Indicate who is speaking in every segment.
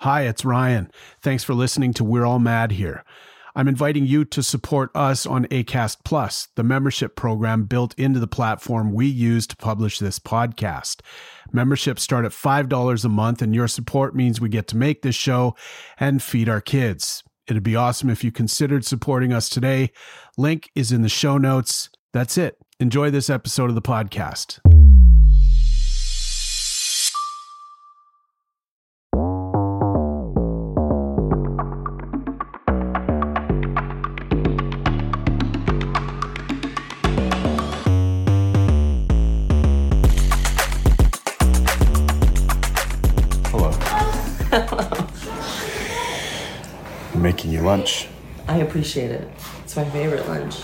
Speaker 1: Hi, it's Ryan. Thanks for listening to We're All Mad Here. I'm inviting you to support us on ACAST Plus, the membership program built into the platform we use to publish this podcast. Memberships start at $5 a month, and your support means we get to make this show and feed our kids. It'd be awesome if you considered supporting us today. Link is in the show notes. That's it. Enjoy this episode of the podcast.
Speaker 2: Hello. I'm making you lunch.
Speaker 3: I appreciate it. It's my favorite lunch.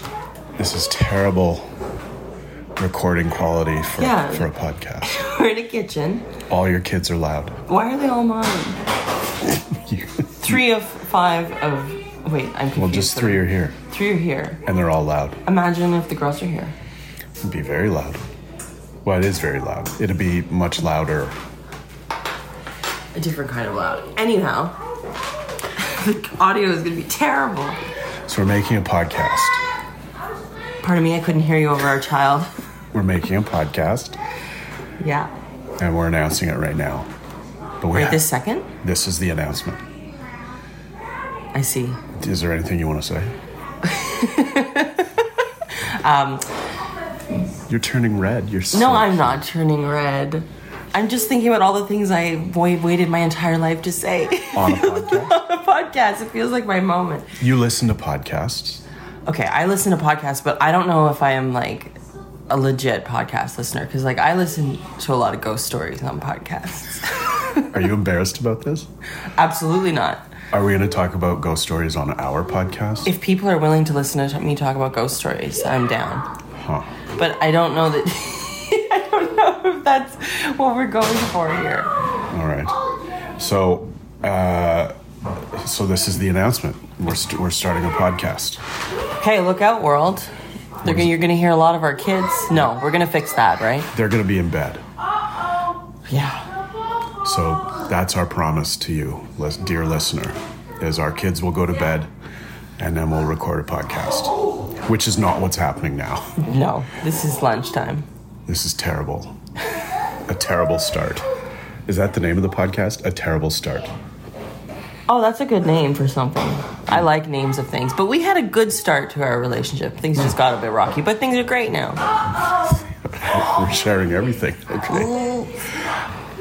Speaker 2: This is terrible recording quality for,
Speaker 3: Yeah.
Speaker 2: for a podcast.
Speaker 3: We're in a kitchen.
Speaker 2: All your kids are loud.
Speaker 3: Why are they all mine?
Speaker 2: You-
Speaker 3: Three of five of. Wait, I'm confused.
Speaker 2: well, just three are here,
Speaker 3: Three are here.
Speaker 2: and they're all loud.
Speaker 3: Imagine if the girls are here.
Speaker 2: It'd be very loud. Well, it is very loud. It'd be much louder.
Speaker 3: A different kind of loud. Anyhow, the audio is gonna be terrible.
Speaker 2: So we're making a podcast.
Speaker 3: Pardon me, I couldn't hear you over our child.
Speaker 2: We're making a podcast,
Speaker 3: Yeah.
Speaker 2: and we're announcing it right now. But we
Speaker 3: Right
Speaker 2: have-
Speaker 3: this second?
Speaker 2: this is the announcement.
Speaker 3: I see.
Speaker 2: Is there anything you want to say? You're turning red. You're so
Speaker 3: Um, No, I'm not turning red. I'm just thinking about all the things I wa- waited my entire life to say
Speaker 2: on a podcast.
Speaker 3: on a podcast. It feels like my moment.
Speaker 2: You listen to podcasts.
Speaker 3: okay, I listen to podcasts, but I don't know if I am like a legit podcast listener because like I listen to a lot of ghost stories on podcasts.
Speaker 2: Are you embarrassed about this?
Speaker 3: Absolutely not.
Speaker 2: Are we going to talk about ghost stories on our podcast?
Speaker 3: If people are willing to listen to me talk about ghost stories, I'm down.
Speaker 2: huh.
Speaker 3: But I don't know that. I don't know if that's what we're going for here.
Speaker 2: All right. So, uh, so this is the announcement. We're, st- we're starting a podcast.
Speaker 3: Hey, look out, world. They're gonna, you're gonna hear a lot of our kids. No, we're gonna fix that, right?
Speaker 2: They're going to be in bed.
Speaker 3: Yeah.
Speaker 2: So that's our promise to you, lis- dear listener, is our kids will go to bed and then we'll record a podcast, which is not what's happening now.
Speaker 3: No, this is lunchtime.
Speaker 2: This is terrible. A terrible start. Is that the name of the podcast? A terrible start.
Speaker 3: Oh, that's a good name for something. I like names of things. But we had a good start to our relationship. Things just got a bit rocky, but things are great now.
Speaker 2: We're sharing everything. Okay.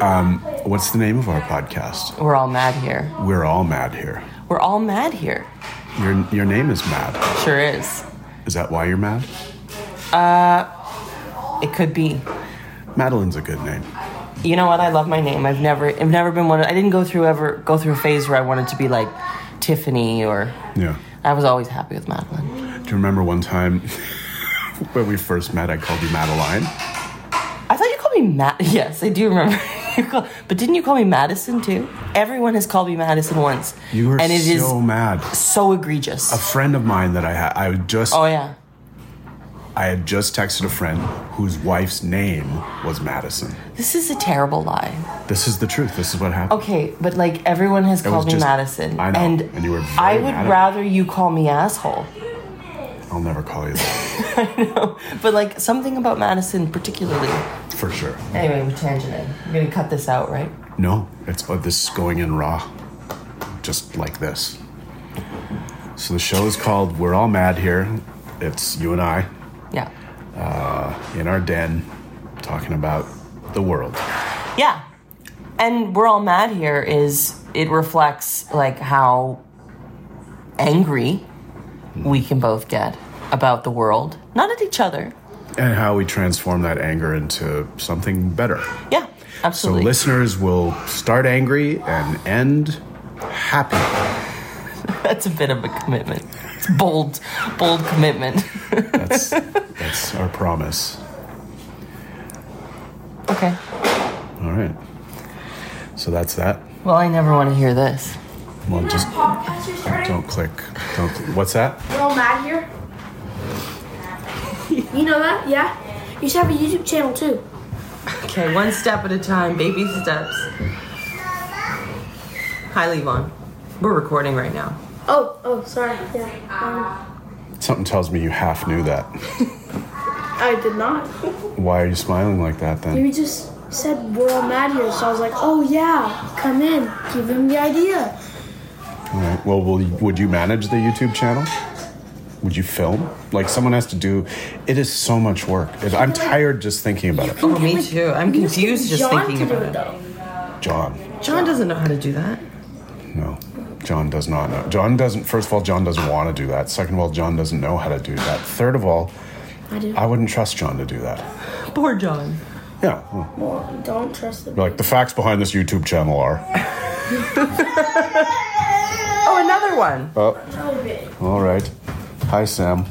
Speaker 2: Um, what's the name of our podcast?
Speaker 3: We're all mad here.
Speaker 2: We're all mad here.
Speaker 3: We're all mad here.
Speaker 2: Your your name is Mad.
Speaker 3: Sure is.
Speaker 2: Is that why you're mad?
Speaker 3: It could be.
Speaker 2: Madeline's a good name.
Speaker 3: You know what? I love my name. I've never I've never been one of, I didn't go through ever go through a phase where I wanted to be like Tiffany or
Speaker 2: Yeah.
Speaker 3: I was always happy with Madeline.
Speaker 2: Do you remember one time when we first met? I called you Madeline.
Speaker 3: I thought you called me Matt. Yes, I do remember. You call- but didn't you call me Madison too? Everyone has called me Madison once.
Speaker 2: You were
Speaker 3: and it is
Speaker 2: so mad.
Speaker 3: so egregious.
Speaker 2: A friend of mine that I had, I would just,
Speaker 3: oh yeah.
Speaker 2: I had just texted a friend whose wife's name was Madison.
Speaker 3: This is a terrible lie.
Speaker 2: This is the truth. This is what happened.
Speaker 3: Okay, but like everyone has
Speaker 2: was
Speaker 3: called me
Speaker 2: just-
Speaker 3: Madison,
Speaker 2: I know,
Speaker 3: and,
Speaker 2: and you were very
Speaker 3: I would
Speaker 2: mad at me.
Speaker 3: rather you call me asshole.
Speaker 2: I'll never call you that
Speaker 3: But like something about Madison particularly.
Speaker 2: for sure.
Speaker 3: Anyway, we're tangenting. We're gonna cut this out, right?
Speaker 2: No, it's uh, this is going in raw, just like this. So the show is called "We're All Mad Here." It's you and I uh,
Speaker 3: Yeah,
Speaker 2: in our den talking about the world.
Speaker 3: yeah. And we're all mad here. Is it reflects like how angry we can both get about the world, not at each other.
Speaker 2: and how we transform that anger into something better.
Speaker 3: Yeah,
Speaker 2: So
Speaker 3: absolutely.
Speaker 2: listeners will start angry and end happy.
Speaker 3: That's a bit of a commitment. It's bold, bold commitment.
Speaker 2: That's that's our promise.
Speaker 3: okay.
Speaker 2: All right. So that's that.
Speaker 3: Well, I never want to hear this.
Speaker 2: Well,
Speaker 4: Just
Speaker 2: just
Speaker 4: podcast you're starting?
Speaker 2: don't click. Don't. Cl- what's that?
Speaker 4: We're all mad here. you know that? Yeah. You should have a YouTube channel too.
Speaker 3: Okay, one step at a time, baby steps. Hi, Levon. We're recording right now.
Speaker 4: Oh, oh, sorry. Yeah. Um,
Speaker 2: Something tells me you half knew that.
Speaker 4: I did not.
Speaker 2: Why are you smiling like that then?
Speaker 4: You just said we're all mad here, so I was like, oh yeah, come in, give him the idea.
Speaker 2: All right. Well, will you, would you manage the YouTube channel? Would you film? Like someone has to do. It is so much work. It, I'm tired just thinking about it.
Speaker 3: Oh, me too. I'm
Speaker 4: You just get
Speaker 3: confused just
Speaker 4: John
Speaker 3: thinking
Speaker 4: to do
Speaker 3: about it.
Speaker 4: though.
Speaker 2: John,
Speaker 3: John doesn't know how to do that.
Speaker 2: no. John does not know. John doesn't. First of all, John doesn't want to do that. Second of all, John doesn't know how to do that. Third of all,
Speaker 4: I do.
Speaker 2: I wouldn't trust John to do that.
Speaker 3: Poor John.
Speaker 2: Yeah. well,
Speaker 4: Well, don't trust the.
Speaker 2: Like the facts behind this YouTube channel are.
Speaker 3: Oh, another one.
Speaker 2: Oh, All right. Hi, Sam.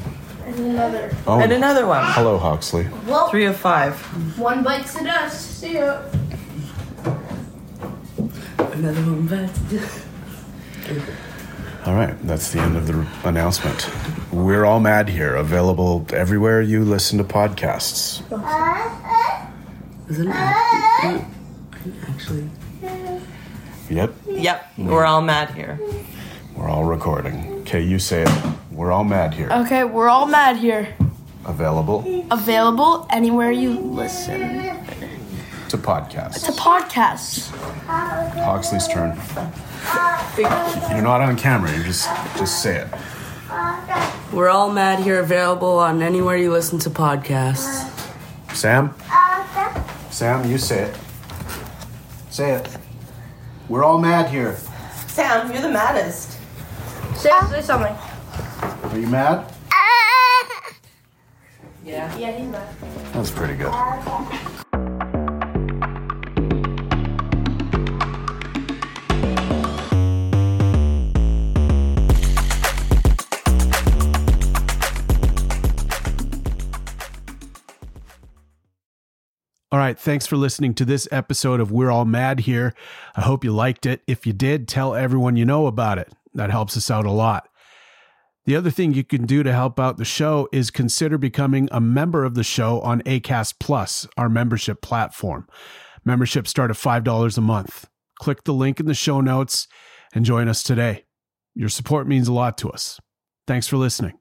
Speaker 4: And another.
Speaker 2: Oh.
Speaker 3: And another one.
Speaker 2: Hello, Huxley.
Speaker 5: Well,
Speaker 3: Three of five.
Speaker 5: one bites the dust. See ya.
Speaker 3: Another one.
Speaker 2: All right, that's the end of the announcement. We're all mad here. Available everywhere you listen to podcasts.
Speaker 3: Isn't it actually?
Speaker 2: Yep,
Speaker 3: Yep. We're all mad here.
Speaker 2: we're all recording. Okay, you say it. We're all mad here.
Speaker 5: Okay, we're all mad here.
Speaker 2: Available
Speaker 5: Available anywhere you listen
Speaker 2: to podcasts.
Speaker 5: to podcasts.
Speaker 2: Huxley's turn. You're not on camera. You just just say it.
Speaker 6: We're all mad here, available on anywhere you listen to podcasts.
Speaker 2: Sam. Sam, you say it. Say it. We're all mad here.
Speaker 3: Sam, you're the maddest.
Speaker 5: Say, say something.
Speaker 2: Are you mad?
Speaker 3: Yeah.
Speaker 5: Yeah, he's mad.
Speaker 2: That's pretty good.
Speaker 1: All right, thanks for listening to this episode of We're All Mad Here. I hope you liked it. If you did, tell everyone you know about it. That helps us out a lot. The other thing you can do to help out the show is consider becoming a member of the show on ACAST Plus, our membership platform. Memberships start at $5 a month. Click the link in the show notes and join us today. Your support means a lot to us. Thanks for listening.